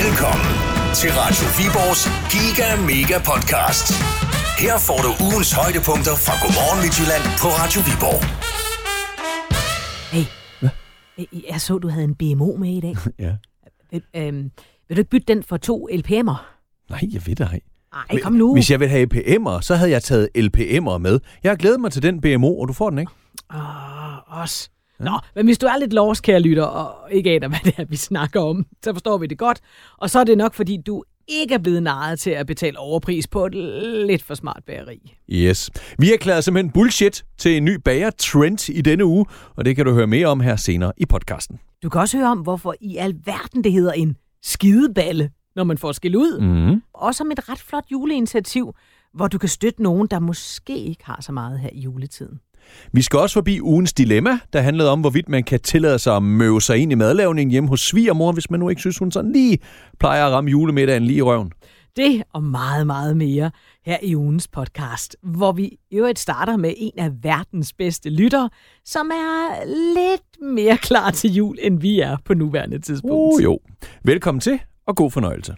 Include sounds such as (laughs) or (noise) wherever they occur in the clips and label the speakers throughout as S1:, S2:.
S1: Velkommen til Radio Viborgs Giga Mega Podcast. Her får du ugens højdepunkter fra Godmorgen Midtjylland på Radio Viborg.
S2: Hey. Hvad? Jeg så, du havde en BMO med i dag.
S3: Ja.
S2: vil, øhm, vil du ikke bytte den for to LPM'er?
S3: Nej, jeg ved det ej.
S2: Nej, kom nu.
S3: Hvis jeg ville have LPM'er, så havde jeg taget LPM'er med. Jeg har glædet mig til den BMO, og du får den, ikke?
S2: Åh, os. Nå, men hvis du er lidt lost, kære lytter, og ikke aner, (laughs) hvad det er, vi snakker om, så forstår vi det godt. Og så er det nok, fordi du ikke er blevet narret til at betale overpris på et lidt for smart bageri.
S3: Yes. Vi erklærede simpelthen bullshit til en ny bager, Trend, i denne uge, og det kan du høre mere om her senere i podcasten.
S2: Du kan også høre om, hvorfor i alverden det hedder en skideballe, når man får skæld ud.
S3: Mm.
S2: Og som et ret flot juleinitiativ, hvor du kan støtte nogen, der måske ikke har så meget her i juletiden.
S3: Vi skal også forbi ugens dilemma, der handlede om, hvorvidt man kan tillade sig at møve sig ind i madlavning hjemme hos svigermor, hvis man nu ikke synes, hun sådan lige plejer at ramme julemiddagen lige i røven.
S2: Det og meget, meget mere her i ugens podcast, hvor vi i øvrigt starter med en af verdens bedste lyttere, som er lidt mere klar til jul, end vi er på nuværende tidspunkt.
S3: Uh, jo. Velkommen til, og god fornøjelse.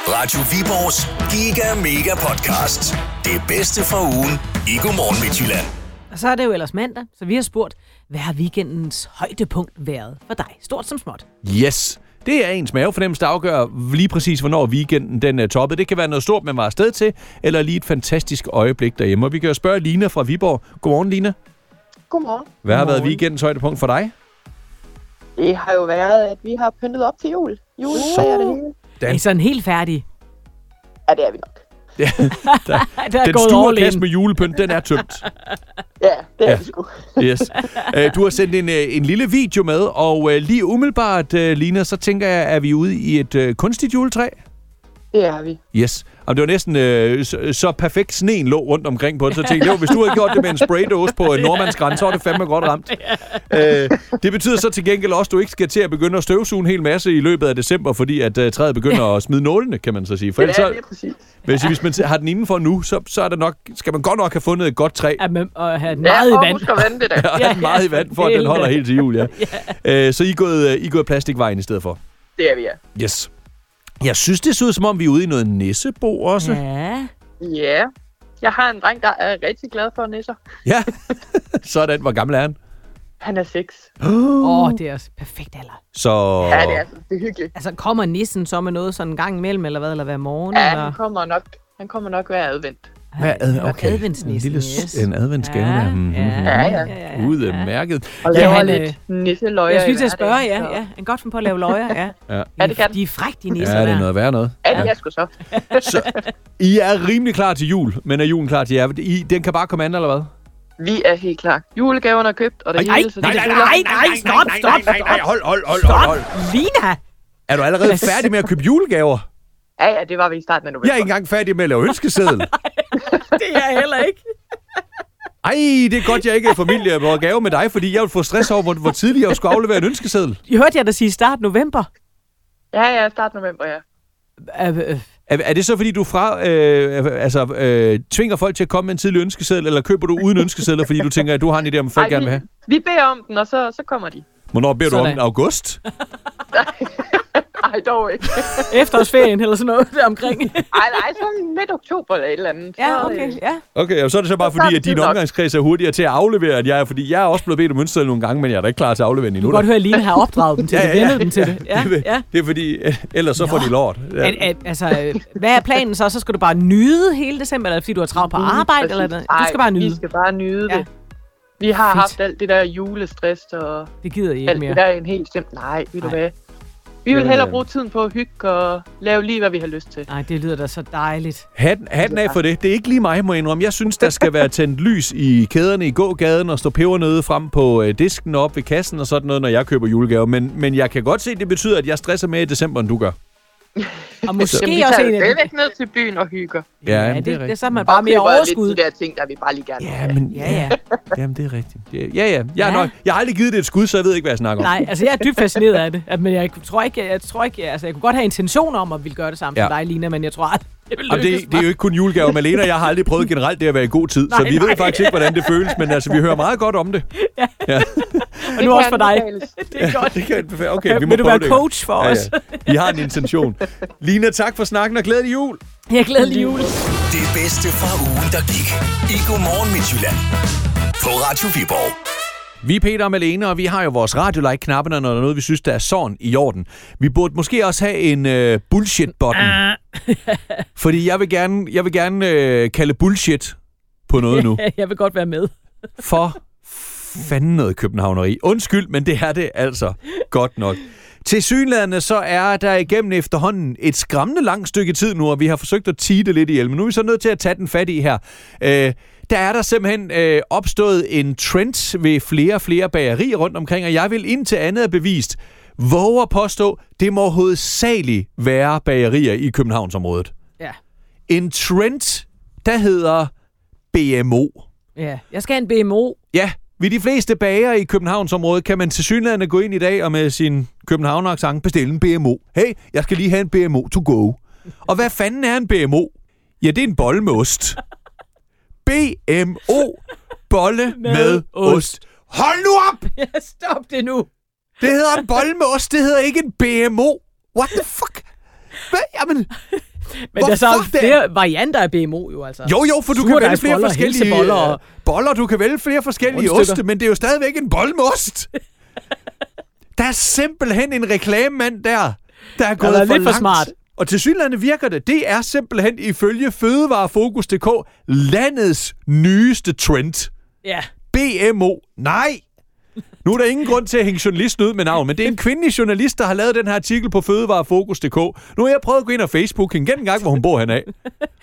S1: Radio Viborgs Giga Mega Podcast. Det bedste fra ugen i Godmorgen Midtjylland.
S2: Og så er det jo ellers mandag, så vi har spurgt, hvad har weekendens højdepunkt været for dig, stort som småt?
S3: Yes. Det er ens mavefornemmelse, der afgør lige præcis, hvornår weekenden den er toppet. Det kan være noget stort, man var afsted til, eller lige et fantastisk øjeblik derhjemme. Og vi kan jo spørge Lina fra Viborg. Godmorgen, Lina.
S4: Godmorgen.
S3: Hvad har været
S2: Godmorgen.
S3: weekendens højdepunkt for dig?
S4: Det har jo været, at vi har pyntet op til jul. Juletræer det hele.
S2: Er
S3: Den-
S2: I sådan helt færdige?
S4: Ja, det er vi nok.
S2: Ej, Der er
S3: Den
S2: gået
S3: store
S2: all
S3: kasse
S2: in.
S3: med julepynt, den er
S2: (laughs)
S3: tømt.
S4: Ja, det er
S3: Ja.
S4: ja. vi sgu.
S3: Yes. Øh, Du har sendt en, øh, en lille video med, og øh, lige umiddelbart, øh, Lina, så tænker jeg, er vi ude i et øh, kunstigt juletræ?
S4: Det er vi.
S3: Yes. Jamen, det var næsten øh, så, så perfekt sneen lå rundt omkring på det, så tænkte jeg, jo, hvis du havde gjort det med en spraydåse på øh, Nordmands grænse, så var det fandme godt ramt. Øh, det betyder så til gengæld også, at du ikke skal til at begynde at støvsuge en hel masse i løbet af december, fordi at øh, træet begynder at smide nålene, kan man så sige. For
S4: Det
S3: ellers,
S4: er
S3: så,
S4: lige præcis.
S3: hvis, hvis man har den indenfor nu, så, så er det nok, skal man godt nok have fundet et godt træ,
S2: At man, at have den meget
S4: ja,
S2: i
S4: og
S2: vand.
S4: husk at vande det der.
S3: (laughs) og
S2: (laughs) ja,
S3: have den meget i vand, for at den
S2: helvede.
S3: holder helt til jul, ja. Øh, så I er gået, øh, I er gået plastikvejen i stedet for.
S4: Det er vi, ja.
S3: Yes. Jeg synes, det ser ud som om, vi er ude i noget nissebo også.
S2: Ja.
S4: Ja. Jeg har en dreng, der er rigtig glad for nisser.
S3: Ja, (laughs) sådan. Hvor gammel er han?
S4: Han er 6.
S2: Åh, oh, det er også perfekt alder.
S3: Så...
S4: Ja, det er, altså, det er hyggeligt.
S2: Altså, kommer nissen så med noget sådan en gang imellem, eller hvad, eller hver morgen?
S4: Ja,
S2: eller?
S4: han kommer nok, han kommer nok hver advent.
S3: Hvad ad, okay.
S2: adventsnissen,
S3: en lille,
S2: yes.
S3: En adventsgave
S2: Ja,
S3: der. Mhm.
S2: ja,
S4: Ja, ja.
S2: ja, ja.
S3: Udmærket.
S4: Og
S2: Ja,
S4: laver
S2: han, øh,
S4: han, lidt nisseløjer
S2: Jeg
S4: i
S2: synes, jeg
S4: hverdagen,
S2: spørger, ja.
S4: så-
S2: ja. Han godt finde på at lave løjer, ja.
S3: Ja.
S4: Ja, det kan den.
S2: De er frække, de nisser
S3: Ja, det
S2: der.
S3: er noget værd noget.
S4: Ja, det er sgu så.
S3: Så, I er rimelig klar til jul, men er julen klar til jer? I, den kan bare komme an, eller hvad?
S4: Vi er helt klar. Julegaverne er købt, og det
S2: Ej,
S4: hele... så
S2: nej,
S4: det
S2: nej,
S4: ruller.
S2: nej, nej, stop, stop,
S3: nej, nej, hold, hold, hold,
S2: stop. Lina!
S3: Er du allerede færdig med at købe julegaver?
S4: Ja, ja, det var vi i starten af november.
S3: Jeg er ikke engang færdig med at lave ønskeseddel.
S2: Det er jeg heller ikke.
S3: Ej, det er godt, jeg ikke er familie på gave med dig, fordi jeg vil få stress over, hvor, hvor tidligt jeg skulle aflevere en ønskeseddel.
S2: I hørte jeg dig sige start november.
S4: Ja, ja, start november, ja.
S2: Øh, øh,
S3: Er, er det så, fordi du fra, øh, altså, øh, tvinger folk til at komme med en tidlig ønskeseddel, eller køber du uden ønskesedler, fordi du tænker, at du har en idé om, hvad folk
S4: Ej,
S3: gerne vil
S4: vi,
S3: have?
S4: vi beder om den, og så, så kommer de.
S3: Hvornår beder du om
S2: Sådan.
S3: den? August?
S4: (laughs) Ej, dog ikke.
S2: Efterårsferien eller sådan noget (laughs) omkring.
S4: Ej, nej, så midt oktober eller et eller andet.
S2: Ja,
S4: Så, øh,
S2: okay, ja.
S3: Okay, og så er det så bare
S4: Så er
S3: fordi,
S4: det
S3: at din
S4: nok.
S3: omgangskreds er hurtigere til at aflevere, end jeg er, fordi jeg er også blevet bedt om ønskeseddel nogle gange, men jeg er da ikke klar til at aflevere den
S2: Du
S3: endnu.
S2: kan godt
S3: da.
S2: høre, at Lina har opdraget dem til det, vendet dem til det. Ja,
S3: (laughs) det,
S2: ja.
S3: er- det er fordi, øh, ellers så får de lort. Ja.
S2: At, at, altså, øh, hvad er planen så? Så skal du bare nyde hele december, eller fordi du har travlt på arbejde? Eller, noget? du skal bare
S4: Mm, Ej,
S2: nyde.
S4: Vi skal bare nyde
S2: Ja.
S4: det. Vi har
S2: Fedt.
S4: haft alt det der julestress og
S2: Det gider I ikke
S4: alt
S2: mere.
S4: det der en helt stemt. Nej, ved du
S2: Nej.
S4: hvad? Vi vil
S3: Jamen,
S4: hellere
S3: øh.
S4: bruge tiden på at hygge og lave lige, hvad vi har lyst til.
S2: Nej, det lyder da så dejligt.
S3: Hatten, hatten af for det. Det er ikke lige mig, må jeg indrømme. Jeg synes, der skal være tændt lys i kæderne i gågaden og stå pebernøde frem på øh, disken og op ved kassen og sådan noget, når jeg køber julegaver. Men, men jeg kan godt se, at det betyder, at jeg stresser mere i december, end du gør.
S2: Og
S4: Jamen,
S2: måske
S4: vi
S2: også
S4: tager
S2: en af de...
S4: jo stadigvæk ned til byen og hygger.
S2: Ja, det, det, så er man bare
S4: Og
S2: mere
S4: køber
S2: overskud.
S4: Lidt de der ting, der vi bare lige gerne vil
S3: Ja,
S4: have.
S3: men,
S2: Ja, ja.
S3: Jamen, det er rigtigt. Ja, ja. ja. Jeg, er
S2: Ja.
S3: nok, jeg har aldrig givet det et skud, så jeg ved ikke, hvad jeg snakker om.
S2: Nej, altså jeg er dybt fascineret af det, at, men jeg tror ikke, jeg, jeg tror ikke, jeg, altså jeg kunne godt have intentioner om at ville gøre det sammen
S3: Ja.
S2: ja. med dig, Lina, men jeg tror aldrig, Det vil
S3: Jamen,
S2: lykkes
S3: det, det er jo ikke kun julegave, Malene og jeg har aldrig prøvet generelt det at være i god tid, nej, så
S2: Nej,
S3: vi nej.
S2: nej.
S3: ved faktisk ikke, hvordan det føles, men altså, vi hører meget godt om det. Ja.
S2: mig. Og nu også for dig.
S4: anbefales.
S2: (laughs) Det er godt.
S3: (laughs) Det kan anbefale. Okay, vi må
S2: Vil du
S3: prøve
S2: være
S3: det.
S2: coach for os? (laughs)
S3: Vi har en intention. Lina, tak for snakken og glædelig jul.
S2: Jeg glæder lige jul.
S1: Det bedste fra ugen, der gik. I Godmorgen Midtjylland. På Radio Viborg.
S3: Vi er Peter og Malene, og vi har jo vores radio like knapperne når der er noget, vi synes, der er sådan i orden. Vi burde måske også have en øh, bullshit-button.
S2: Ah.
S3: Fordi jeg vil gerne, jeg vil gerne øh, kalde bullshit på noget nu.
S2: Jeg vil godt være med.
S3: For fanden noget københavneri. Undskyld, men det er det altså godt nok. Til synlædende så er der igennem efterhånden et skræmmende langt stykke tid nu, og vi har forsøgt at tige det lidt ihjel, men nu er vi så nødt til at tage den fat i her. Øh, der er der simpelthen øh, opstået en trend ved flere og flere bagerier rundt omkring, og jeg vil indtil andet er bevist våge at påstå, det må hovedsageligt være bagerier i Københavnsområdet.
S2: Ja.
S3: En trend, der hedder BMO.
S2: ja. Jeg skal have en BMO.
S3: Ja, ved de fleste bager i Københavnsområdet kan man til synligheden gå ind i dag og med sin københavner bestille en BMO. Hey, jeg skal lige have en BMO to go. Og hvad fanden er en BMO? Ja, det er en bolle med ost. BMO, bolle med,
S2: Med
S3: med
S2: ost.
S3: ost. ost. Hold nu op!
S2: Ja, (laughs) stop det nu.
S3: Det hedder en bolle med ost, det hedder ikke en BMO. What the fuck? Hvad? Jamen,
S2: Men der er så
S3: Hvorfor det?
S2: flere varianter af BMO jo altså.
S3: jo jo, for du kan vælge flere
S2: Surdejsboller,
S3: forskellige
S2: helseboller og-
S3: øh, boller, du kan vælge flere forskellige
S2: Rundstykker.
S3: oste, men det er jo stadigvæk en bolle med ost. der er simpelthen en reklamemand der, der er gået
S2: været
S3: for
S2: lidt for
S3: langt.
S2: smart.
S3: Og til synlande virker det. Det er simpelthen ifølge fødevarefokus.dk landets nyeste trend.
S2: Ja.
S3: BMO. Nej! Nu er der ingen grund til at hænge journalisten ud med navn, men det er en kvindelig journalist, der har lavet den her artikel på fødevarefokus.dk. Nu har jeg prøvet at gå ind og Facebook hende gennem gang, hvor hun bor henad.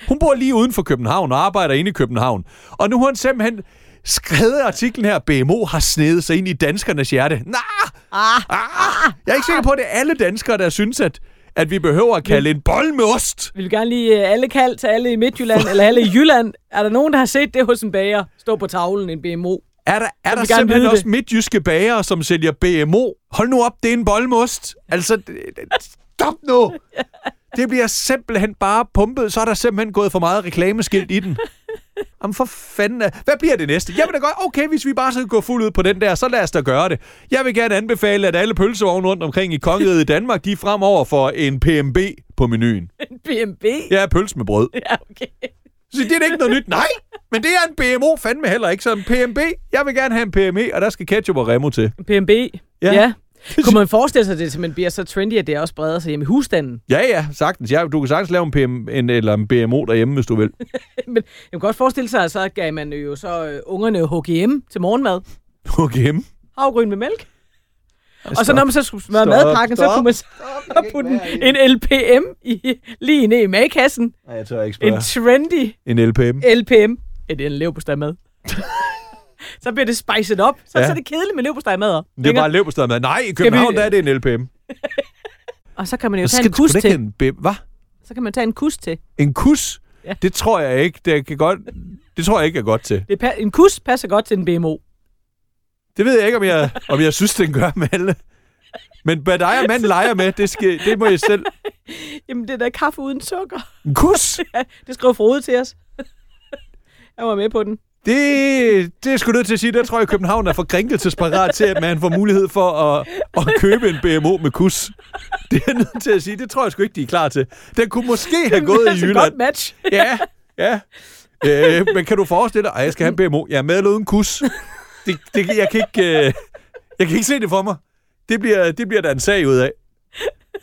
S3: Hun bor lige uden for København og arbejder inde i København. Og nu har hun simpelthen skrevet artiklen her, BMO har snedet sig ind i danskernes hjerte. Nah! Ah! Ah! Jeg er ikke sikker på, at det er alle danskere, der synes, at, at vi behøver at kalde en bold med ost.
S2: Vil du gerne lige øh, alle kald til alle i Midtjylland eller alle i Jylland? Er der nogen, der har set det hos en bager? Stå på tavlen en BMO.
S3: Er der, er der
S2: vil gerne
S3: simpelthen
S2: vide
S3: også
S2: det.
S3: midtjyske bagere, som sælger BMO? Hold nu op, det er en bolmost. Altså, det- det- stop
S2: (laughs)
S3: nu! Det bliver simpelthen bare pumpet. Så er der simpelthen gået for meget reklameskilt i den. Jamen for fanden. da. Hvad bliver det næste? Jamen da godt, okay, hvis vi bare skal gå fuld ud på den der, så lad os da gøre det. Jeg vil gerne anbefale, at alle pølsevogne rundt omkring i kongeriget i Danmark, de er fremover for en PMB på menuen.
S2: En BMB?
S3: Ja, pølse med brød.
S2: ja okay.
S3: Så det er da ikke noget nyt. Nej, men det er en BMO fandme heller ikke. Så en PMB, jeg vil gerne have en PME, og der skal ketchup og remo til.
S2: En PMB?
S3: Ja.
S2: Ja.
S3: (laughs)
S2: ja. Kunne man forestille sig, at det simpelthen bliver så trendy, at det også breder sig hjemme i husstanden?
S3: Ja, ja, sagtens. Ja, du kan sagtens lave en, PM, en, eller en BMO derhjemme, hvis du vil.
S2: Men jeg kan godt forestille sig, at så gav man jo så øh, ungerne HGM til morgenmad.
S3: Okay, hjemme.
S2: Havgryn med mælk. Og så når man så skulle smøre
S3: Stop,
S2: madpakken, så
S3: stop,
S2: kunne man så putte en, en LPM i, lige ned i magkassen.
S3: Nej, jeg tør ikke
S2: En trendy
S3: En, en LPM.
S2: LPM. Ja, det er en leverpostejmad. (laughs) så bliver det spicet op. Så,
S3: Ja.
S2: ja. så er det kedeligt med leverpostejmad.
S3: Det er bare leverpostad med. Nej, i København,
S2: vi-
S3: der er det en LPM.
S2: Og så kan man jo
S3: Så
S2: tage
S3: skal
S2: en
S3: du
S2: kus
S3: sgu da
S2: til.
S3: ikke have En B- Hvad?
S2: Så kan man tage en kus til.
S3: En kus?
S2: Ja.
S3: Det tror jeg ikke. Det, kan godt, det tror jeg ikke er godt til.
S2: Det pa- en kus passer godt til en BMO.
S3: Det ved jeg ikke, om jeg, om jeg synes, den gør med alle. Men hvad dig og mand leger med, det, skal, det må jeg selv...
S2: Jamen, det der kaffe uden sukker. (laughs)
S3: En kus?
S2: Ja, det skrev Frode til os. (laughs) Han var med på den.
S3: Det, det er sgu nødt til at sige, der tror jeg, at København er for krænkelsesparat til, at man får mulighed for at, at købe en BMO med kus. Det er jeg nødt til at sige, det tror jeg sgu ikke, de er klar til. Den kunne måske have gået
S2: (laughs)
S3: i
S2: altså,
S3: Jylland.
S2: godt match.
S3: Ja, ja. Øh, men kan du forestille dig, at jeg skal have en BMO? Jeg er med eller uden kus. Det, det, jeg, kan ikke, øh, jeg kan ikke se det for mig. Det bliver, det bliver der en sag ud af.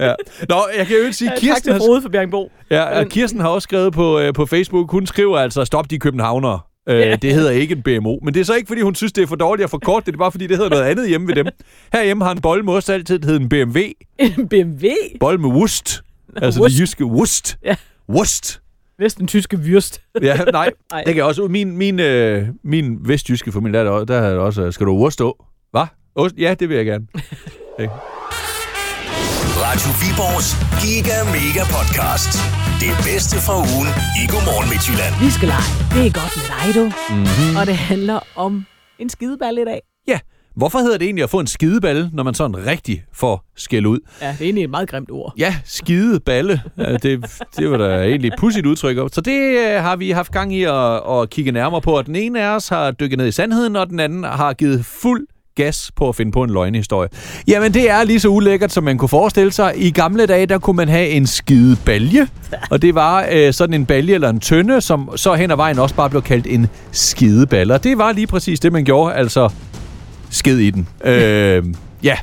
S3: Ja. Nå, jeg kan jo ikke sige,
S2: Ja,
S3: at
S2: Øh, tak
S3: Kirsten,
S2: til
S3: har,
S2: Frode for Bjergenbo.
S3: Ja, og Kirsten har også skrevet på, øh, på Facebook, hun skriver altså, stop de københavnere. Øh, Det hedder ikke en BMO. Men det er så ikke, fordi hun synes, det er for dårligt at for kort. Det er bare, fordi det hedder noget andet hjemme ved dem. Herhjemme har en bolle med ost altid hedder en BMW.
S2: En BMW.
S3: Bolle med wust. Altså
S2: Wurst.
S3: det jyske wust.
S2: Ja.
S3: Wust.
S2: Næsten tyske (laughs) vyrst.
S3: Ja, nej.
S2: Nej.
S3: Det kan også... Min, min, øh, min vestjyske familie, der, er der også- der er der også... øh, Skal du wurst stå? Hvad? Ost? Ja, det vil jeg gerne.
S1: Radio Viborgs Giga Mega Podcast. Det bedste fra ugen i Godmorgen Midtjylland.
S2: Vi
S3: Mhm.
S2: skal lege. Det er godt med dig, du. Mm-hmm. Og det handler om en skideball i dag.
S3: Ja, Hvorfor hedder det egentlig at få en skideballe, når man sådan rigtig får skæld ud?
S2: Ja, det er egentlig et meget grimt ord.
S3: Ja, skideballe. Øh, Det, det var da egentlig et pudsigt udtryk. Så det øh, har vi haft gang i at, at kigge nærmere på. Og den ene af os har dykket ned i sandheden, og den anden har givet fuld gas på at finde på en løgnehistorie. Jamen, det er lige så ulækkert, som man kunne forestille sig. I gamle dage, der kunne man have en skidebalje, og det var øh, sådan en balje eller en tønde, som så hen ad vejen også bare blev kaldt en skideballer. Det var lige præcis det, man gjorde, altså skid i den. (laughs) Øh, ja.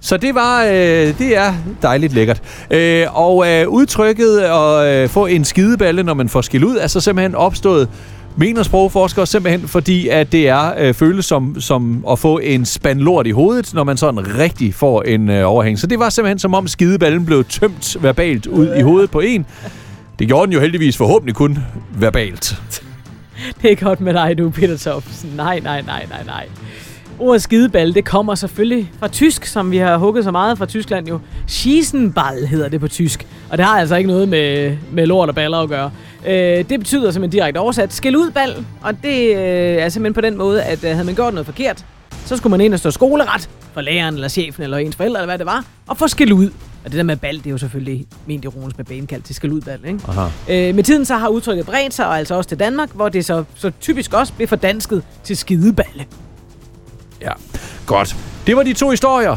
S3: Så det var, øh, det er dejligt lækkert. Øh, og øh, udtrykket at øh, få en skideballe, når man får skil ud, er så simpelthen opstået, mener sprogforskere, simpelthen fordi, at det er øh, føles som, som at få en spand lort i hovedet, når man sådan rigtig får en øh, overhæng. Så det var simpelthen som om skideballen blev tømt verbalt ud i hovedet på en. Det gjorde den jo heldigvis forhåbentlig kun verbalt.
S2: (laughs) Det er godt med dig nu, Peter Thompson. Nej, nej, nej, nej, nej. Ordet skideballe, det kommer selvfølgelig fra tysk, som vi har hugget så meget fra Tyskland jo. Schießenball hedder det på tysk, og det har altså ikke noget med, med lort og baller at gøre. Øh, det betyder som en direkte oversat, skæld ud ball, og det øh, er simpelthen på den måde, at øh, havde man gjort noget forkert, så skulle man ind og stå skoleret for læreren eller chefen eller ens forældre eller hvad det var, og få skæld ud. Og det der med bal, det er jo selvfølgelig ment ironisk med banekaldt til skæld ud bal, ikke?
S3: Aha.
S2: Øh, med tiden så har udtrykket bredt sig, og altså også til Danmark, hvor det så, så typisk også blev fordansket til skideballe.
S3: Ja, godt. Det var de to historier.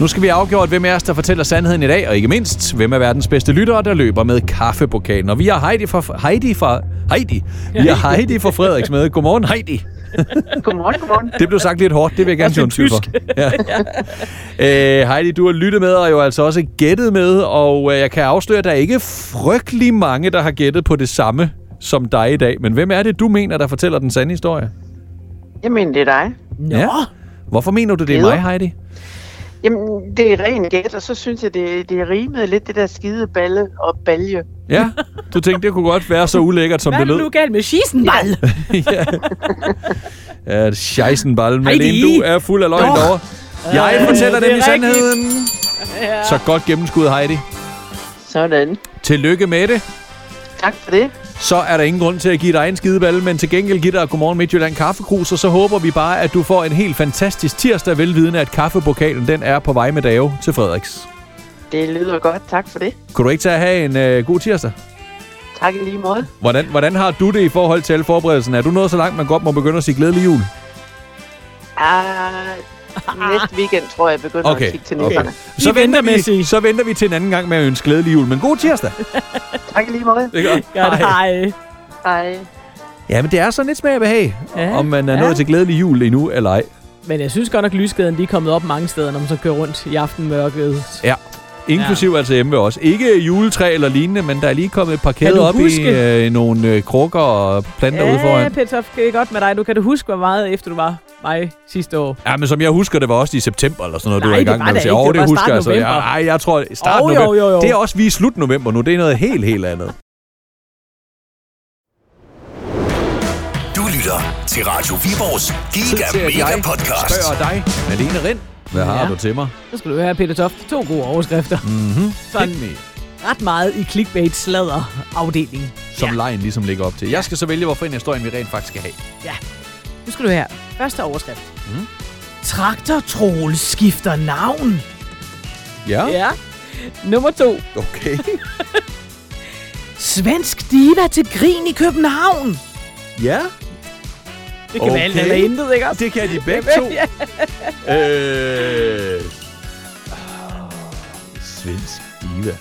S3: Nu skal vi have afgjort, hvem af os, der fortæller sandheden i dag, og ikke mindst, hvem er verdens bedste lyttere, der løber med kaffepokalen. Og vi har Heidi fra... Heidi fra... Heidi? Vi har Heidi fra Frederiks med. Godmorgen, Heidi.
S4: Godmorgen, godmorgen.
S3: Det blev sagt lidt hårdt, det vil jeg gerne sige undskyld for. Ja. øh, Heidi, du har lyttet med og jo altså også gættet med, og øh, jeg kan afsløre, at der er ikke frygtelig mange, der har gættet på det samme som dig i dag. Men hvem er det, du mener, der fortæller den sande historie?
S4: Jamen, det er dig.
S2: Nå,
S3: Ja. Hvorfor mener du, det er
S4: Glæder.
S3: mig, Heidi?
S4: Jamen, det er ren gæt, og så synes jeg, det, det rimede lidt det der skide balle og balje.
S3: Ja, du tænkte, det kunne godt være så ulækkert, som
S2: hvad er
S3: det
S2: det
S3: lød.
S2: nu galt med schießenball?
S3: ja. ja, det er scheissenballen.
S2: Heidi!
S3: Malene, du er fuld af løgn
S2: Nå.
S3: derovre. Jeg
S2: Øh,
S3: fortæller
S2: det er
S3: nemlig
S2: rigtigt.
S3: sandheden.
S2: Ja.
S3: Så godt gennemskud, Heidi.
S4: Sådan.
S3: Tillykke med det.
S4: Tak for det.
S3: Så er der ingen grund til at give dig en skideballe, men til gengæld give dig Godmorgen Midtjylland kaffekrus, og så håber vi bare, at du får en helt fantastisk tirsdag, velvidende, at kaffepokalen den er på vej med Dave til Frederiks.
S4: Det lyder godt. Tak for det.
S3: Kunne du ikke tage at have en øh, god tirsdag?
S4: Tak i lige måde.
S3: Hvordan, hvordan har du det i forhold til alle forberedelsen? Er du nået så langt, man godt må begynde at sige glædelig jul?
S4: Ah, næste weekend tror jeg, jeg begynder
S3: Okay,
S4: at kigge til
S3: okay.
S4: nisserne.
S3: Så
S2: Vi
S3: venter,
S2: venter med at
S3: vi,
S2: sige.
S3: så venter vi til en anden gang med at ønske glædelig jul. Men god tirsdag.
S4: Tak i lige måde.
S3: Det gør.
S2: Godt, hej.
S4: Hej.
S3: Ja, men det er sådan lidt smag og behag, ja,
S2: Ja,
S3: om man er ja.
S2: ja.
S3: nået til glædelig jul endnu eller ej.
S2: Men jeg synes godt nok, lysgaden lige er kommet op mange steder, når man så kører rundt i aftenmørket.
S3: Ja. Inklusiv ja. altså hjemme ved os. Ikke juletræ eller lignende, men der er lige kommet et par
S2: Kan
S3: kæder
S2: du
S3: op i
S2: huske?
S3: øh, nogle øh, krukker og planter ja, ude
S2: ja
S3: foran.
S2: Peter, det er godt med dig. Nu kan du huske, hvor meget efter du var mig sidste år.
S3: Ja, men som jeg husker, det var også i september eller sådan noget, du
S2: Nej,
S3: var i
S2: det
S3: gang
S2: var
S3: med
S2: det
S3: at sige.
S2: ikke.
S3: Åh,
S2: Det
S3: det
S2: var
S3: husker
S2: start
S3: jeg så. Ja,
S2: november.
S3: ej, jeg tror, start
S2: Jo, jo,
S3: november.
S2: jo, jo.
S3: Det er også, vi er i slut november nu. Det er noget helt, helt andet.
S1: Du lytter til Radio Viborgs Giga Mega Podcast.
S3: spørger dig, Malene Rind. Hvad har
S2: Ja.
S3: du til mig?
S2: Så skal du høre, Peter Toft. To gode overskrifter.
S3: Mm-hmm.
S2: Sådan ret meget i clickbait-sladder-afdelingen.
S3: Som ja. lejen ligesom ligger op til. Jeg skal så vælge, hvorfor en historie, vi rent faktisk skal have.
S2: Ja. Nu skal du her. Første overskrift. Mm.
S3: Mhm.
S2: Traktortrol skifter navn.
S3: Ja,
S2: Ja. Nummer to.
S3: okay.
S2: Svensk diva til grin i København.
S3: ja.
S2: Det kan okay. være alt
S3: Okay.
S2: eller intet, ikke også?
S3: Det kan de begge (laughs) to.
S2: Ja.
S3: øh... Svensk diva.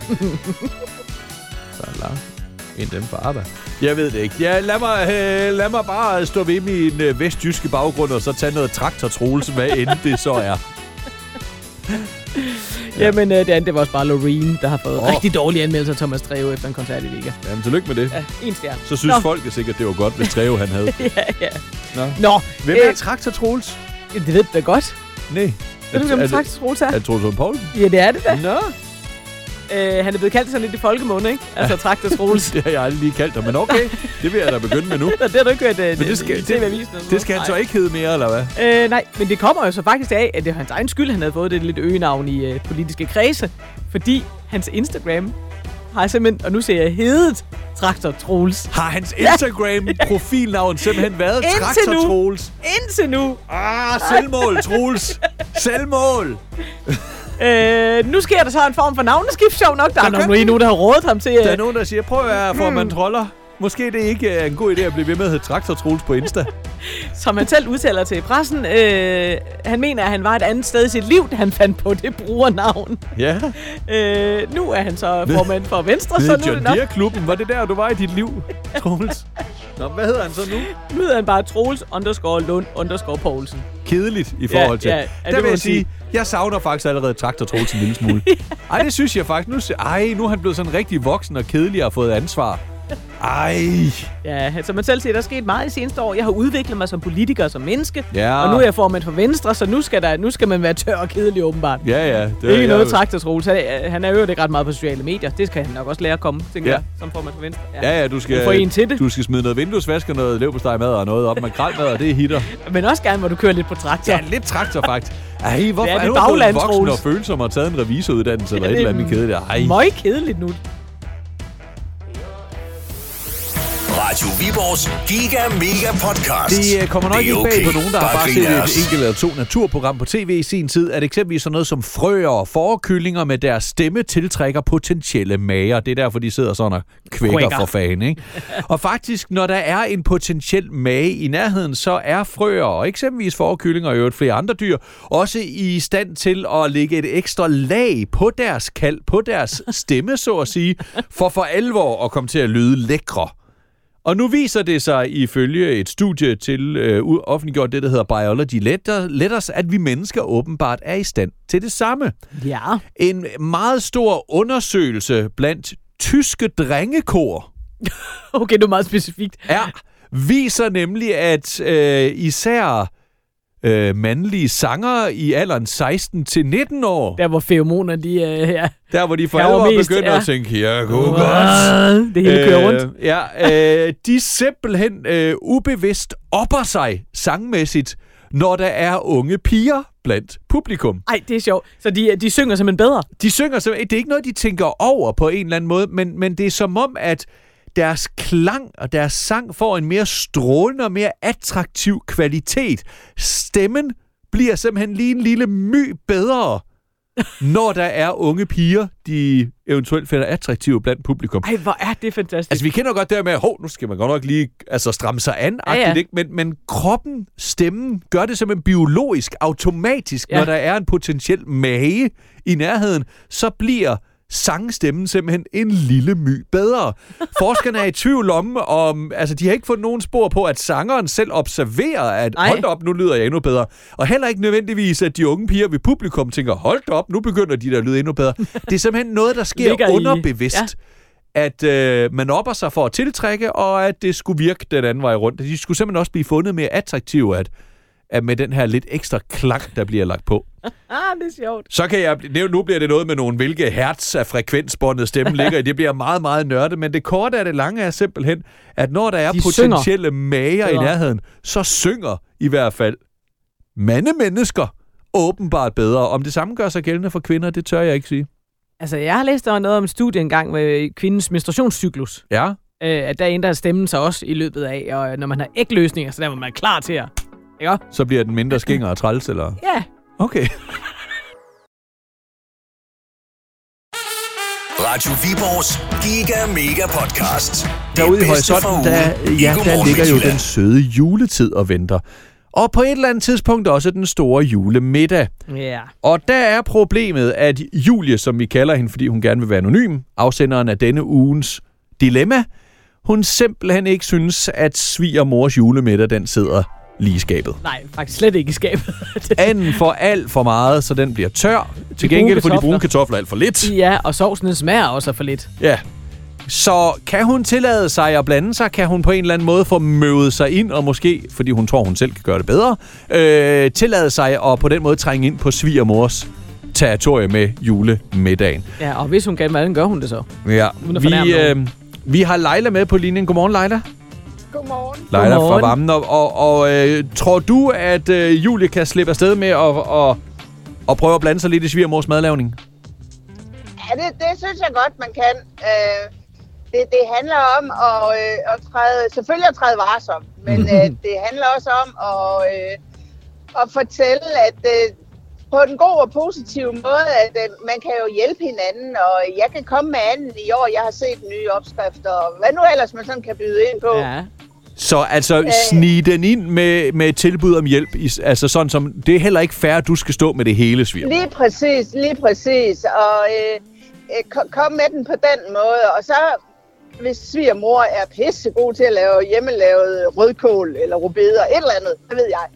S3: (laughs) Så er langt end dem på arbejde. Jeg ved det ikke. Ja, lad mig, øh, lad mig bare stå ved min øh, vestjyske baggrund og så tage noget traktortrol, som hvad end det så er.
S2: Jamen, øh, det andet, det var også bare Loreen, der har fået
S3: Åh.
S2: oh. rigtig dårlige anmeldelser af Thomas Treve efter en koncert i Vega.
S3: Jamen, tillykke med det.
S2: Ja, en stjerne.
S3: Så synes
S2: Nå.
S3: folket sikkert, det var godt, hvis Treve han havde. (laughs)
S2: ja, ja.
S3: Nå.
S2: Nå,
S3: Hvem er Traktor Troels?
S2: øh, det ved du da godt.
S3: Nej.
S2: Ved du, hvem Traktortrol er?
S3: Er det Troels Lund Poulsen?
S2: Ja, det er det da.
S3: Nå.
S2: (laughs) Øh, han er blevet kaldt sådan lidt i folkemunde, ikke? Altså (laughs) Traktortrol.
S3: Det har jeg aldrig lige kaldt dig, men okay. Det vil jeg da begynde med nu.
S2: Nå, det har du ikke hørt øh,
S3: Men det skal,
S2: i TV-avisen eller
S3: det, det skal
S2: noget.
S3: han så ikke hedde mere, eller hvad?
S2: Øh, nej, men det kommer jo så faktisk af, at det var hans egen skyld, han havde fået det lidt øgenavn i øh, politiske kredse. Fordi hans Instagram har simpelthen, og nu ser jeg hedet, Traktor Troels.
S3: Har hans Instagram-profilnavn simpelthen været
S2: Indtil
S3: Traktor
S2: nu.
S3: Troels?
S2: Indtil nu.
S3: Ah, selvmål, Troels. Selvmål.
S2: Øh, nu sker der så en form for navneskift, sjov nok. Der,
S3: Der
S2: er
S3: kan
S2: nogen, nogen, der har rådet ham til...
S3: Der er
S2: Øh,
S3: nogen, der siger, prøv at høre, for man troller. Måske det ikke er en god idé at blive ved med at hedde Traktor Troels på Insta.
S2: som han selv udtaler til pressen, øh, han mener, at han var et andet sted i sit liv, da han fandt på det brugernavn. (laughs)
S3: Ja.
S2: Øh, nu er han så
S3: Ved-
S2: formand for Venstre, så
S3: Ved
S2: nu, er
S3: John
S2: det nok,
S3: Deere-klubben. Var det der, du var i dit liv,
S2: (laughs)
S3: Troels? Nå, hvad hedder han så nu?
S2: nu hedder han bare Troels underscore Lund underscore Poulsen.
S3: Kedeligt i forhold til.
S2: ja, ja, det
S3: der
S2: må
S3: vil
S2: man
S3: jeg sige, jeg savner faktisk allerede Traktor Troels en lille
S2: (laughs)
S3: smule. Ej, det synes jeg faktisk. Nu, se- ej, nu er han blevet sådan rigtig voksen og kedelig og har fået ansvar. Ej.
S2: Ja, som man selv siger, der er sket meget i seneste år. Jeg har udviklet mig som politiker og som menneske,
S3: Ja.
S2: og nu er jeg formand for Venstre, så nu skal, der, nu skal man være tør og kedelig åbenbart.
S3: Ja, ja. Det
S2: Det er ikke
S3: jeg-
S2: noget Traktor Troels. Han er, han er i øvrigt ikke ret meget på sociale medier. Det skal han nok også lære at komme, tænker
S3: Ja.
S2: jeg, som formand for Venstre.
S3: Ja, ja, du skal,
S2: Du får en til det.
S3: du skal smide noget vinduesvask og noget leverpostejmad og noget op med kraldmad, og det er
S2: (laughs)
S3: hitter.
S2: Men også gerne, hvor du kører lidt på traktor.
S3: Ja, lidt traktor faktisk. Ej, hvorfor
S2: Ja, det er
S3: er, du blevet
S2: bagland,
S3: voksen
S2: Troels.
S3: og følsom og har taget en revisoruddannelse eller et
S2: det er
S3: eller andet kedeligt? Ej.
S2: Møg kedeligt nu.
S1: Radio Viborgs Giga Mega Podcast.
S3: Det øh, kommer nok
S1: Det er
S3: ikke bag på nogen, der har bare set
S1: griner af
S3: et
S1: os.
S3: enkelt eller to naturprogram på tv i sin tid, at eksempelvis sådan noget som frøer og fårekyllinger med deres stemme tiltrækker potentielle mager. Det er derfor, de sidder sådan og kvækker,
S2: Kvækker.
S3: for fanden, ikke? og faktisk, når der er en potentiel mage i nærheden, så er frøer og eksempelvis fårekyllinger og i øvrigt flere andre dyr også i stand til at lægge et ekstra lag på deres kald, på deres stemme, så at sige, for for alvor at komme til at lyde lækre. Og nu viser det sig ifølge et studie til øh, u- offentliggjort det, der hedder Biology Letter- Letters, at vi mennesker åbenbart er i stand til det samme.
S2: Ja.
S3: En meget stor undersøgelse blandt tyske drengekor
S2: Okay, det er meget specifikt.
S3: er, viser nemlig, at øh, især øh, mandlige sangere i alderen 16-19 år,
S2: Der, hvor feromoner de... Øh, ja.
S3: der hvor de for
S2: Der var
S3: alvor
S2: mest,
S3: begynder
S2: ja.
S3: at tænke, jeg kunne godt
S2: Det hele kører rundt.
S3: Øh, ja, øh, de simpelthen øh, ubevidst opper sig sangmæssigt, når der er unge piger blandt publikum.
S2: Ej, det er sjovt. Så de, øh, de synger simpelthen bedre.
S3: De synger simpelthen, det er ikke noget, de tænker over på en eller anden måde, men, men det er som om, at deres klang og deres sang får en mere strålende og mere attraktiv kvalitet. Stemmen bliver simpelthen lige en lille my bedre, når der er unge piger, de eventuelt finder attraktive blandt publikum.
S2: Ej, hvor er det fantastisk.
S3: Altså, vi kender jo godt det her med, hov, nu skal man godt nok lige altså, stramme sig an, ja,
S2: Ja,
S3: ja.
S2: ja.
S3: Ikke? Men, men kroppen, stemmen, gør det simpelthen biologisk, automatisk, ja.
S2: Ja.
S3: når der er en potentiel mage i nærheden, så bliver sangstemmen simpelthen en lille my bedre. Forskerne er i tvivl om, om, altså de har ikke fået nogen spor på, at sangeren selv observerer, at
S2: Ej.
S3: hold da op, nu lyder jeg endnu bedre. Og heller ikke nødvendigvis, at de unge piger ved publikum tænker, hold da op, nu begynder de der at lyde endnu bedre. Det er simpelthen noget, der sker
S2: Ligger i-
S3: underbevidst.
S2: Ja.
S3: Ja at øh, man opper sig for at tiltrække, og at det skulle virke den anden vej rundt. De skulle simpelthen også blive fundet mere attraktive at, at med den her lidt ekstra klang, der bliver lagt på.
S2: Ah, det er sjovt.
S3: Så kan jeg... det er jo- Nu bliver det noget med nogle, hvilke hertz af
S2: (laughs)
S3: frekvensbåndet stemmen ligger i. Det bliver meget, meget nørdet, men det korte af det lange er simpelthen, at når der er
S2: De synger.
S3: potentielle mager i
S2: Bedre.
S3: nærheden, så synger i hvert fald mandemennesker åbenbart bedre. Om det samme gør sig gældende for kvinder, det tør jeg ikke sige.
S2: Altså, jeg har læst der var noget om et studie engang med kvindens menstruationscyklus.
S3: Ja,
S2: Øh, at der ændrer stemmen sig også i løbet af, og øh, når man har ægløsninger, så der var man klar til at... Ikke? også?
S3: så bliver den mindre skinger og træls, eller...
S2: Ja,
S3: Okay.
S1: Radio Viborgs Giga Mega Podcast. Det
S3: (laughs) Derude i
S1: bedste fra
S3: horisonten,
S1: ugen
S3: der,
S1: i
S3: ja, der
S1: Godmorgen
S3: ligger jo
S1: Midtjylland.
S3: den søde juletid og venter. Og på et eller andet tidspunkt også den store julemiddag.
S2: ja.
S3: Og der er problemet, at Julie, som vi kalder hende, fordi hun gerne vil være anonym, afsenderen af denne ugens dilemma, hun simpelthen ikke synes, at svigermors julemiddag, den sidder lige i skabet.
S2: Nej, faktisk slet ikke i skabet. (laughs)
S3: Anden for alt for meget, så den bliver tør. Til gengæld for de
S2: kartofler.
S3: brune kartofler alt for lidt.
S2: ja, og sovsen den smager også af for lidt.
S3: Ja. Så kan hun tillade sig at blande sig? Kan hun på en eller anden måde få møvet sig ind, og måske, fordi hun tror, hun selv kan gøre det bedre, øh, tillade sig at på den måde trænge ind på svigermors territorie med julemiddagen?
S2: Ja, og hvis hun kan, hvordan gør hun det så?
S3: Ja.
S2: at
S3: Vi,
S2: fornærme
S3: øh, vi har Leila med på linjen. Godmorgen, Leila.
S5: Godmorgen.
S3: Leila fra
S2: Godmorgen.
S3: Vammen. Og, og, og øh, tror du, at øh, Julie kan slippe afsted med at, og, og prøve at blande sig lidt i svigermors madlavning?
S5: det, det synes jeg godt, man kan. Øh, det, det handler om at, øh, at træde, selvfølgelig at træde varsom, men øh, det handler også om at, øh, at fortælle, at øh, på den gode og positive måde, at øh, man kan jo hjælpe hinanden, og jeg kan komme med anden i år, jeg har set nye opskrifter, og hvad nu ellers man sådan kan byde ind på.
S2: Ja.
S3: Så altså, snige den ind med, med et tilbud om hjælp. i- Altså sådan som, det er heller ikke fair, at du skal stå med det hele, Svir.
S5: Lige præcis, lige præcis. Og øh, øh, ko- kom med den på den måde. Og så, hvis svigermor er pissegod til at lave hjemmelavet rødkål eller rubeder, et eller andet, hvad ved jeg,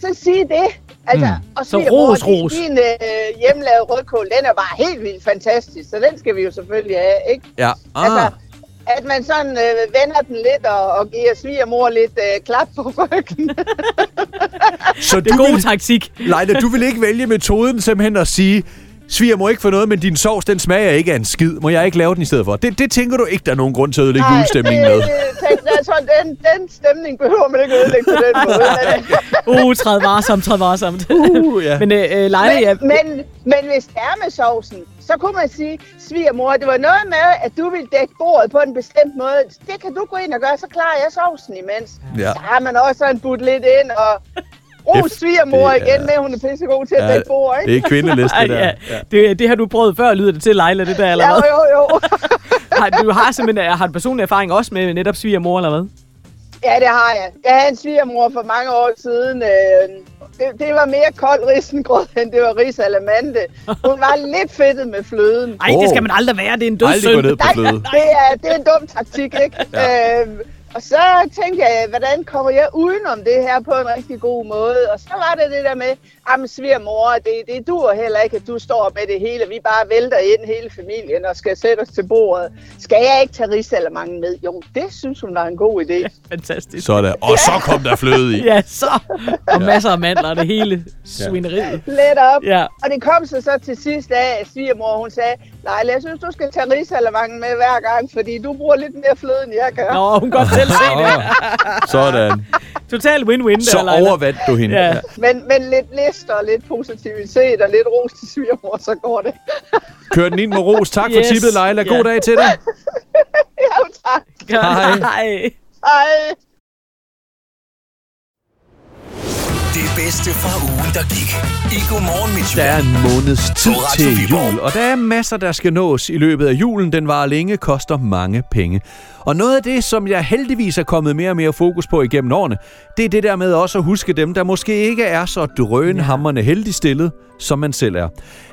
S5: så sige det. Altså, mm. og
S2: Så
S5: svigermor,
S2: ros,
S5: din-
S2: ros.
S5: Din øh, hjemmelavet rødkål, den er bare helt vildt fantastisk, så den skal vi jo selvfølgelig have, ikke?
S3: Ja.
S5: Altså,
S3: Ah.
S5: at man sådan øh, vender den lidt og, og giver svigermor lidt øh, klap på ryggen.
S3: Så
S2: Det er
S3: du
S2: god
S3: vil,
S2: taktik.
S3: Leila, du vil ikke vælge metoden simpelthen at sige, Sviger må ikke få noget, men din sovs, den smager ikke af en skid. Må jeg ikke lave den i stedet for? Det, det tænker du ikke, der er nogen grund til at ødelægge julestemningen
S5: det,
S3: med.
S5: det- tænk, altså, den, den stemning behøver man ikke ødelægge på den
S3: (laughs)
S5: måde. Men,
S2: Uh, træd varsomt, træd varsomt.
S3: Uh, ja.
S2: (laughs) Men øh, øh, Leila, ja,
S5: men, men, men hvis det er med sovsen, så kunne man sige, svigermor, det var noget med, at du ville dække bordet på en bestemt måde. Det kan du gå ind og gøre, så klarer jeg sovsen imens.
S3: Ja.
S5: Så har man også sådan budt lidt ind og... Ros
S3: Det-
S5: svigermor
S3: det er-
S5: igen med, at hun er pissegod til at
S3: Ja,
S5: dække bord, ikke?
S3: det er kvindelist,
S2: Ej,
S3: det der.
S2: ja. Det, det har du prøvet før, lyder det til, Leila, det der, eller
S5: Ja,
S2: hvad?
S5: jo, jo. (laughs)
S2: Har, du har simpelthen har en personlig erfaring også med netop svigermor, eller hvad?
S5: ja, det har jeg. Jeg havde en svigermor for mange år siden. Øh, det, det, var mere kold risengrød, end det var risalamande. Hun var lidt fedtet med fløden.
S2: Nej, oh. det
S3: Åh.
S2: skal man aldrig være. Det er en
S3: Aldrig gå
S2: dødssynd.
S3: ned på
S5: Nej,
S3: fløde.
S5: det er, det er en dum taktik, ikke? ja. øhm, og så tænkte jeg, hvordan kommer jeg udenom det her på en rigtig god måde? Og så var det det der med, jamen svigermor, det, det dur heller ikke, at du står med det hele. Vi bare vælter ind hele familien og skal sætte os til bordet. Skal jeg ikke tage risalemanden med? Jo, det synes hun var en god idé.
S2: Fantastisk.
S3: Sådan. Og så kom der fløde i.
S2: Ja, så. Og masser af mandler og det hele svineriet.
S5: Let op.
S2: Ja.
S5: Og det kom så så til sidst af, at svigermor, hun sagde, nej, jeg synes, du skal tage risalemanden med hver gang, fordi du bruger lidt mere fløde, end jeg gør.
S2: Nå, hun kan godt
S3: (laughs)
S2: selv se det.
S3: Åh, Sådan.
S2: Total win-win der,
S3: Så
S2: Leila. (laughs)
S3: overvandt du hende.
S2: Ja.
S3: Ja.
S5: Men, men lidt list og lidt positivitet og lidt ros til svigermor, så går det. (laughs)
S3: Kør den ind med ros. Tak for
S2: Yes.
S3: tippet, Leila. God
S2: Ja.
S3: dag til dig.
S5: ja, jo, tak.
S3: Hej.
S2: Hej.
S5: Hej.
S1: Det bedste fra ugen, der gik. I Godmorgen
S3: Der er
S1: Midtjylland.
S3: en måneds tid
S1: På Radio
S3: til
S1: Viborg.
S3: jul, og der er masser, der skal nås i løbet af julen. Den varer længe, koster mange penge. Og noget af det, som jeg heldigvis er kommet mere og mere fokus på igennem årene, det er det der med også at huske dem, der måske ikke er så drønhammerne heldig stillet, som man selv er.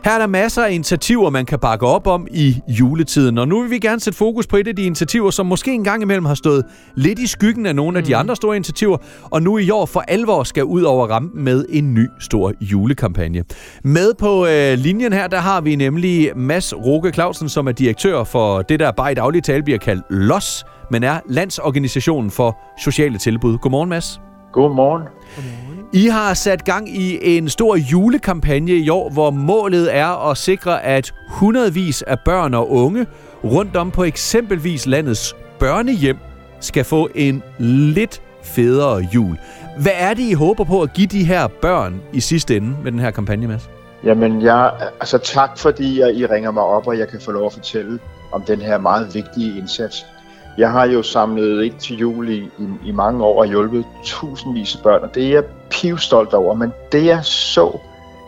S3: Her er der masser af initiativer, man kan bakke op om i juletiden, og nu vil vi gerne sætte fokus på et af de initiativer, som måske engang imellem har stået lidt i skyggen af nogle af de andre store initiativer, og nu i år for alvor skal ud over rampen med en ny stor julekampagne. Med på øh, linjen her, der har vi nemlig Mads Roke Clausen, som er direktør for det, der bare i daglig tale bliver kaldt LOS, men er Landsorganisationen for Sociale Tilbud. Godmorgen, Mads.
S6: Godmorgen.
S3: I har sat gang i en stor julekampagne i år, hvor målet er at sikre, at hundredvis af børn og unge rundt om på eksempelvis landets børnehjem skal få en lidt federe jul. Hvad er det, I håber på at give de her børn i sidste ende med den her kampagne, Mads?
S6: Jamen, jeg, altså tak fordi jeg, I ringer mig op, og jeg kan få lov at fortælle om den her meget vigtige indsats. Jeg har jo samlet ind til jul i, i, i mange år og hjulpet tusindvis af børn, og det er jeg pivstolt over. Men det jeg så,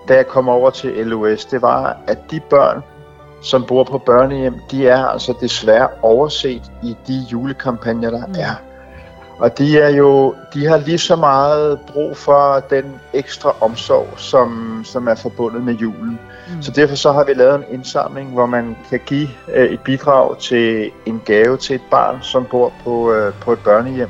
S6: da jeg kom over til LOS, det var, at de børn, som bor på børnehjem, de er altså desværre overset i de julekampagner, der mm. er. Og de er jo, de har lige så meget brug for den ekstra omsorg, som, som er forbundet med julen. Mm. Så derfor så har vi lavet en indsamling, hvor man kan give øh, et bidrag til en gave til et barn, som bor på, øh, på et børnehjem.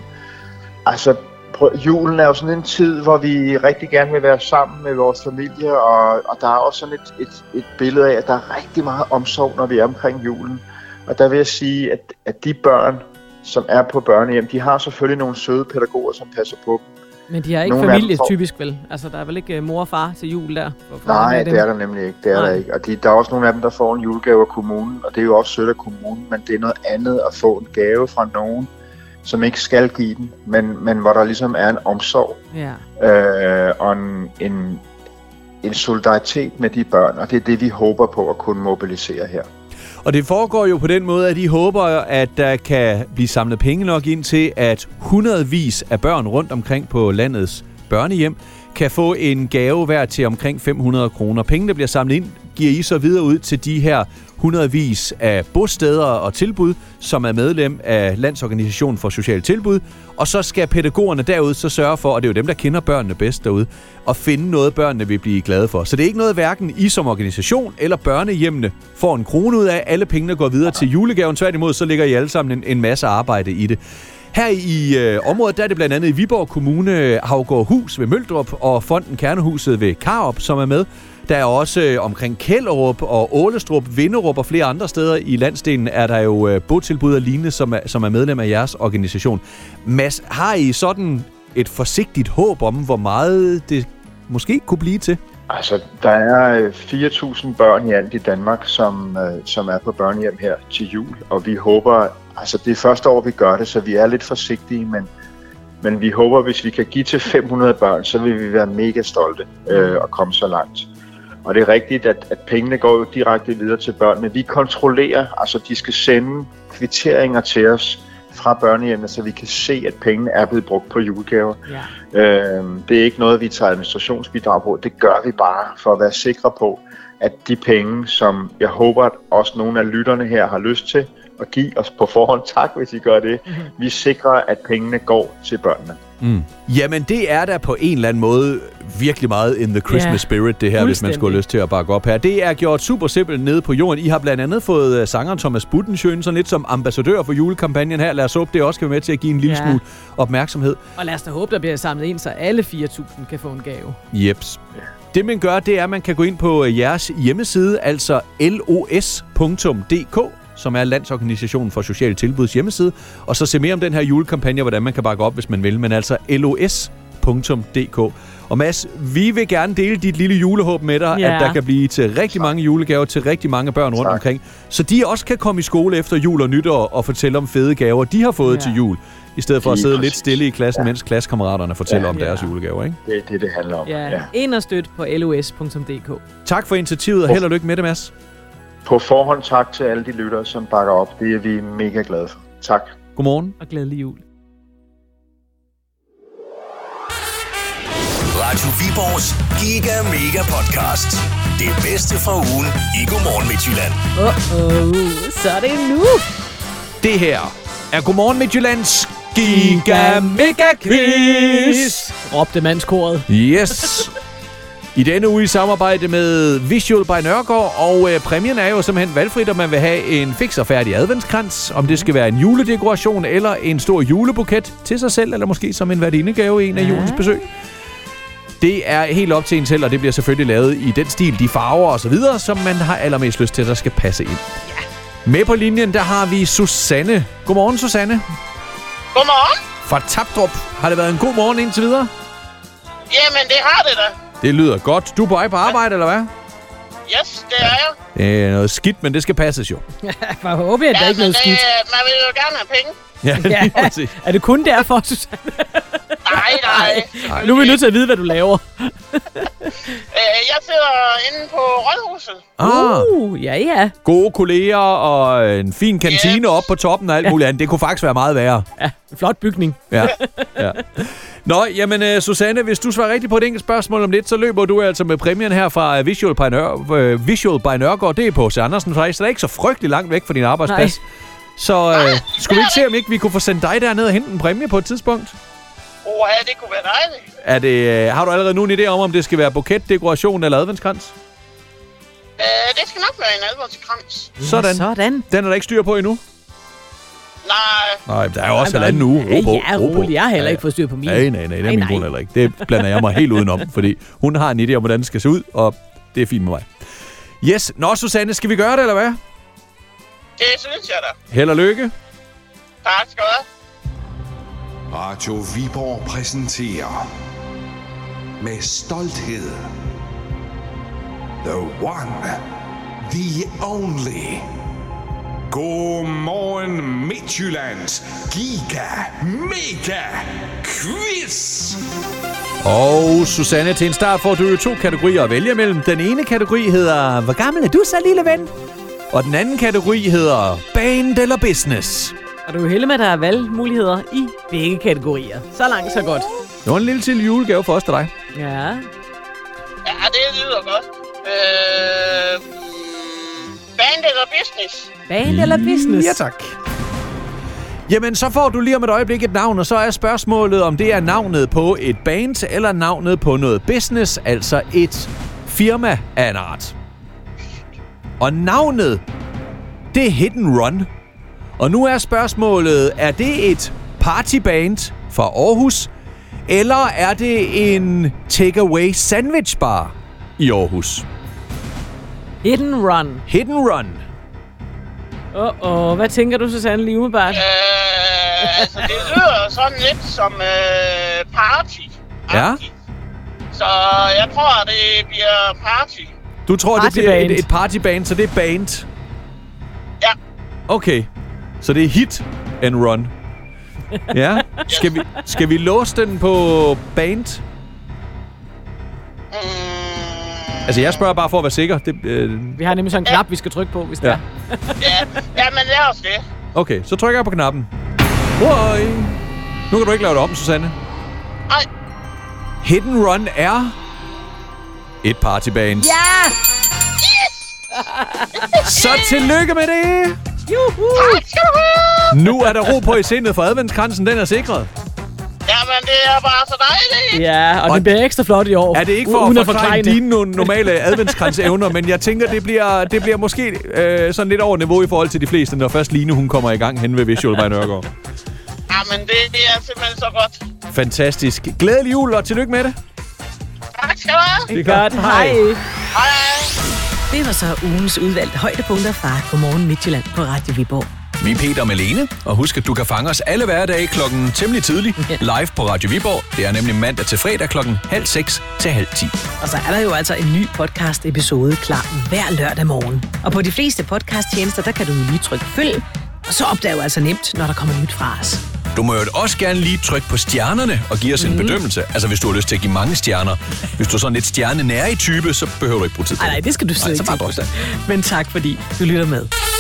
S6: Altså, prøv, julen er jo sådan en tid, hvor vi rigtig gerne vil være sammen med vores familie, og, og der er også sådan et, et, et billede af, at der er rigtig meget omsorg, når vi er omkring julen. Og der vil jeg sige, at, at de børn, som er på børnehjem, de har selvfølgelig nogle søde pædagoger, som passer på dem.
S2: Men de har ikke
S6: Nogle af dem
S2: familie
S6: får-
S2: typisk, vel? Altså, der er vel ikke øh, mor og far til jul der? For, for mange
S6: Nej,
S2: af dem.
S6: det er der nemlig ikke. Det er
S2: Nej.
S6: der ikke. Og de, der er også nogle af dem, der får en julegave af kommunen, og det er jo også sødt af kommunen, men det er noget andet at få en gave fra nogen, som ikke skal give den, men, men hvor der ligesom er en omsorg
S2: Ja.
S6: øh, og en, en, en solidaritet med de børn, og det er det, vi håber på at kunne mobilisere her.
S3: Og det foregår jo på den måde, at de håber, at der kan blive samlet penge nok ind til, at hundredvis af børn rundt omkring på landets børnehjem kan få en gave hver til omkring 500 kroner. Pengene bliver samlet ind, giver I så videre ud til de her hundredvis af bosteder og tilbud, som er medlem af Landsorganisationen for Sociale Tilbud. Og så skal pædagogerne derude så sørge for, og det er jo dem, der kender børnene bedst derude, at finde noget, børnene vil blive glade for. Så det er ikke noget, hverken I som organisation eller børnehjemmene får en krone ud af. Alle pengene går videre til julegaven. Tværtimod, så ligger I alle sammen en, en masse arbejde i det. Her i øh, området, der er det blandt andet i Viborg Kommune, Havgård Hus ved Møldrup og Fonden Kernehuset ved Karup, som er med. Der er også øh, omkring Kælderup og Ålestrup, Vinderup og flere andre steder i landsdelen, er der jo øh, botilbud og lignende, som er, som er medlem af jeres organisation. Mads, har I sådan et forsigtigt håb om, hvor meget det måske kunne blive til?
S6: Altså, der er øh, 4.000 børn i alt i Danmark, som, øh, som er på børnehjem her til jul, og vi håber, altså det er første år, vi gør det, så vi er lidt forsigtige, men, men vi håber, hvis vi kan give til 500 børn, så vil vi være mega stolte øh, og komme så langt. Og det er rigtigt, at, at pengene går jo direkte videre til børnene. Vi kontrollerer, altså de skal sende kvitteringer til os fra børnehjemmene, så vi kan se, at pengene er blevet brugt på julegaver.
S2: Ja.
S6: Øhm, Det er ikke noget, vi tager administrationsbidrag på. Det gør vi bare for at være sikre på, at de penge, som jeg håber, at også nogle af lytterne her har lyst til at give os på forhånd, (laughs) tak hvis I gør det, vi sikrer, at pengene går til børnene.
S3: Mm. Jamen, det er da på en eller anden måde virkelig meget in the Christmas
S2: Ja,
S3: yeah. spirit, det her, hvis man
S2: fuldstændig.
S3: skulle have lyst til at bakke op her. Det er gjort super simpelt nede på jorden. I har blandt andet fået øh, sangeren Thomas Buttensjøen sådan lidt som ambassadør for julekampagnen her. Lad os håbe, det også kan være med til at give en lille
S2: Ja.
S3: smule opmærksomhed.
S2: Og lad os da håbe, der bliver samlet ind, så alle 4.000 kan få en gave.
S3: Jeps. Det, man gør, det er, at man kan gå ind på øh, jeres hjemmeside, altså los.dk, som er Landsorganisationen for Sociale Tilbuds hjemmeside, og så se mere om den her julekampagne, og hvordan man kan bakke op, hvis man vil, men altså los.dk. Og Mads, vi vil gerne dele dit lille julehåb med dig,
S2: Ja.
S3: at der kan blive til rigtig mange julegaver til rigtig mange børn rundt
S6: Tak.
S3: omkring, så de også kan komme i skole efter jul og nytår og fortælle om fede gaver, de har fået
S2: Ja.
S3: ja. til jul, i stedet for at
S6: Lige
S3: sidde lidt
S6: præcis.
S3: stille i klassen, ja. mens klassekammeraterne fortæller ja. om
S2: Ja.
S3: deres julegaver, ikke?
S6: Det er det, det handler om.
S2: Ja, ind og støt på los.dk.
S3: Tak for initiativet, og held og lykke med det, Mads.
S6: På forhånd tak til alle de lyttere, som bakker op. Det er vi mega glade for. Tak.
S3: Godmorgen.
S2: Og glædelig jul.
S1: Radio Viborgs Giga Mega Podcast. Det bedste fra ugen i Godmorgen Midtjylland.
S2: Åh, oh, oh, så er det nu.
S3: Det her er Godmorgen Midtjyllands Giga Mega Quiz.
S2: Råbte mandskoret.
S3: Yes. I denne uge i samarbejde med Visual by Nørgaard, og øh, præmien er jo simpelthen valgfrit, om man vil have en fix og færdig adventskrans, om det skal være en juledekoration eller en stor julebuket til sig selv, eller måske som en værdindegave i en af
S2: Ja.
S3: julens besøg. Det er helt op til en selv, og det bliver selvfølgelig lavet i den stil, de farver og så videre, som man har allermest lyst til, der skal passe ind. Med på linjen, der har vi Susanne. Godmorgen, Susanne.
S5: Godmorgen.
S3: Fra Tabdrup. Har det været en god morgen indtil videre?
S5: Jamen, det har det da.
S3: Det lyder godt. Du er på vej på arbejde, eller hvad?
S5: Yes, det er jeg.
S3: Det er Øh, noget skidt, men det skal passes jo.
S2: Jeg håber, at der er ikke noget skidt.
S5: øh, man vil jo gerne have penge.
S3: (laughs) Ja,
S2: Ja.
S3: lige præcis.
S2: Er det kun derfor, Susanne? (laughs)
S5: Nej, nej.
S2: Nu er vi nødt til at vide, hvad du laver.
S5: Øh, jeg sidder inde på Rådhuset.
S3: Ah,
S2: Uh, ja, ja.
S3: gode kolleger og øh, en fin kantine oppe på toppen og alt muligt andet. Det kunne faktisk være meget værre.
S2: ja. Flot bygning.
S3: (laughs) Ja. ja. Nå, jamen øh, Susanne, hvis du svarer rigtigt på et enkelt spørgsmål om lidt, så løber du altså med præmien her fra øh, Visual by, Nør- øh, Visual by Nørgaard. Det er på C. Andersen faktisk, så det er ikke så frygtelig langt væk fra din arbejdsplads. Nej. Så øh, skulle vi ikke se, om ikke vi kunne få sendt dig derned og hente en præmie på et tidspunkt?
S5: Åh, ja, det kunne være dejligt.
S3: Er det, øh, har du allerede nu en idé om, om det skal være buket, dekoration eller adventskrans?
S5: Øh, det skal nok være en adventskrans.
S3: Sådan.
S2: Sådan.
S3: Den er der ikke styr på endnu.
S5: Nej,
S3: Nej, der er jo også
S2: Jamen,
S3: halvanden uge. Ro på,
S2: Ja,
S3: ro på.
S2: rolig. Jeg har heller ikke fået styr på min.
S3: Nej, nej, nej, det er
S2: Nej,
S3: min
S2: nej.
S3: kone heller ikke. Det blander jeg mig helt udenom,
S2: (laughs)
S3: fordi hun har en idé om, hvordan det skal se ud, og det er fint med mig. Yes, nå Susanne, skal vi gøre det, eller hvad?
S5: det synes jeg da.
S3: Held og lykke.
S5: Tak skal du have.
S7: Radio Viborg præsenterer med stolthed The One, The Only. Godmorgen Midtjyllands Giga Mega Quiz.
S3: Og Susanne, til en start får du jo to kategorier at vælge mellem. Den ene kategori hedder, hvor gammel er du så, lille ven? Og den anden kategori hedder Band eller Business.
S2: Og du er jo heldig med, at der er valgmuligheder i begge kategorier. Så langt, så godt.
S3: Det var en lille til julegave for os til dig.
S2: Ja.
S5: Ja, det lyder godt. Øh, band eller business?
S2: Band eller business?
S3: Ja, tak. Jamen, så får du lige om et øjeblik et navn, og så er spørgsmålet, om det er navnet på et band eller navnet på noget business, altså et firma af en art. Og navnet, det er Hit and Run. Og nu er spørgsmålet, er det et partyband fra Aarhus, eller er det en takeaway sandwich bar i Aarhus?
S2: Hidden run.
S3: Hit and Run.
S2: Åh, oh, oh. hvad tænker du, Susanne, lige umiddelbart?
S5: Øh, altså, det lyder sådan lidt som øh, party.
S3: Ja.
S5: Så jeg tror, det bliver party.
S3: Du tror, det bliver
S2: Partyband.
S3: et, et partyband, så det er band?
S5: Ja.
S3: Okay. Så det er hit and run. Ja. Skal vi, skal vi låse den på band?
S5: Mm,
S3: Altså, jeg spørger bare for at være sikker. Det, øh,
S2: Vi har nemlig sådan en knap, vi skal trykke på, hvis det
S3: ja.
S2: er.
S5: ja, ja, men lad os det.
S3: Okay, så trykker jeg på knappen. Hoi. Nu kan du ikke lave det om, Susanne.
S5: Ej,
S3: Hit and run er... Et partyband. Ja! Så tillykke med det!
S2: Juhu!
S5: tak skal du have!
S3: Nu er der ro på i sindet, for adventskransen den er sikret.
S5: Jamen, det er bare så dejligt.
S2: Ja, og,
S3: Og-
S2: og den bliver ekstra flot i år.
S3: Er det ikke for
S2: uden
S3: at forklare
S2: forklejne.
S3: dine no- normale adventskransevner, men jeg tænker, det bliver, det bliver måske øh, sådan lidt over niveau i forhold til de fleste, når først Line hun kommer i gang hen ved Visual by Nørgaard.
S5: Jamen, det, det er simpelthen så godt.
S3: Fantastisk. Glædelig jul, og tillykke med det.
S5: Tak skal du have.
S3: Det
S2: Godt, hej.
S5: Hej, hej.
S8: Det var så ugens udvalgte højdepunkter fra Godmorgen Midtjylland på Radio Viborg.
S1: Vi er Peter og Malene, og husk, at du kan fange os alle hverdage klokken temmelig tidlig live på Radio Viborg. Det er nemlig mandag til fredag klokken halv seks til halv ti.
S8: Og så er der jo altså en ny podcast-episode klar hver lørdag morgen. Og på de fleste podcasttjenester, der kan du jo lige trykke følg, og så opdager du altså nemt, når der kommer nyt fra os.
S1: Du må jo også gerne lige trykke på stjernerne og give os en bedømmelse. Altså hvis du har lyst til at give mange stjerner. Hvis du er sådan lidt stjernenær i type, så behøver du ikke bruge tid på
S8: Ej, nej,
S1: det.
S8: det skal du slet
S1: så
S8: ikke
S1: bare
S8: tænke på.
S1: drop
S8: Men tak, fordi du lytter med.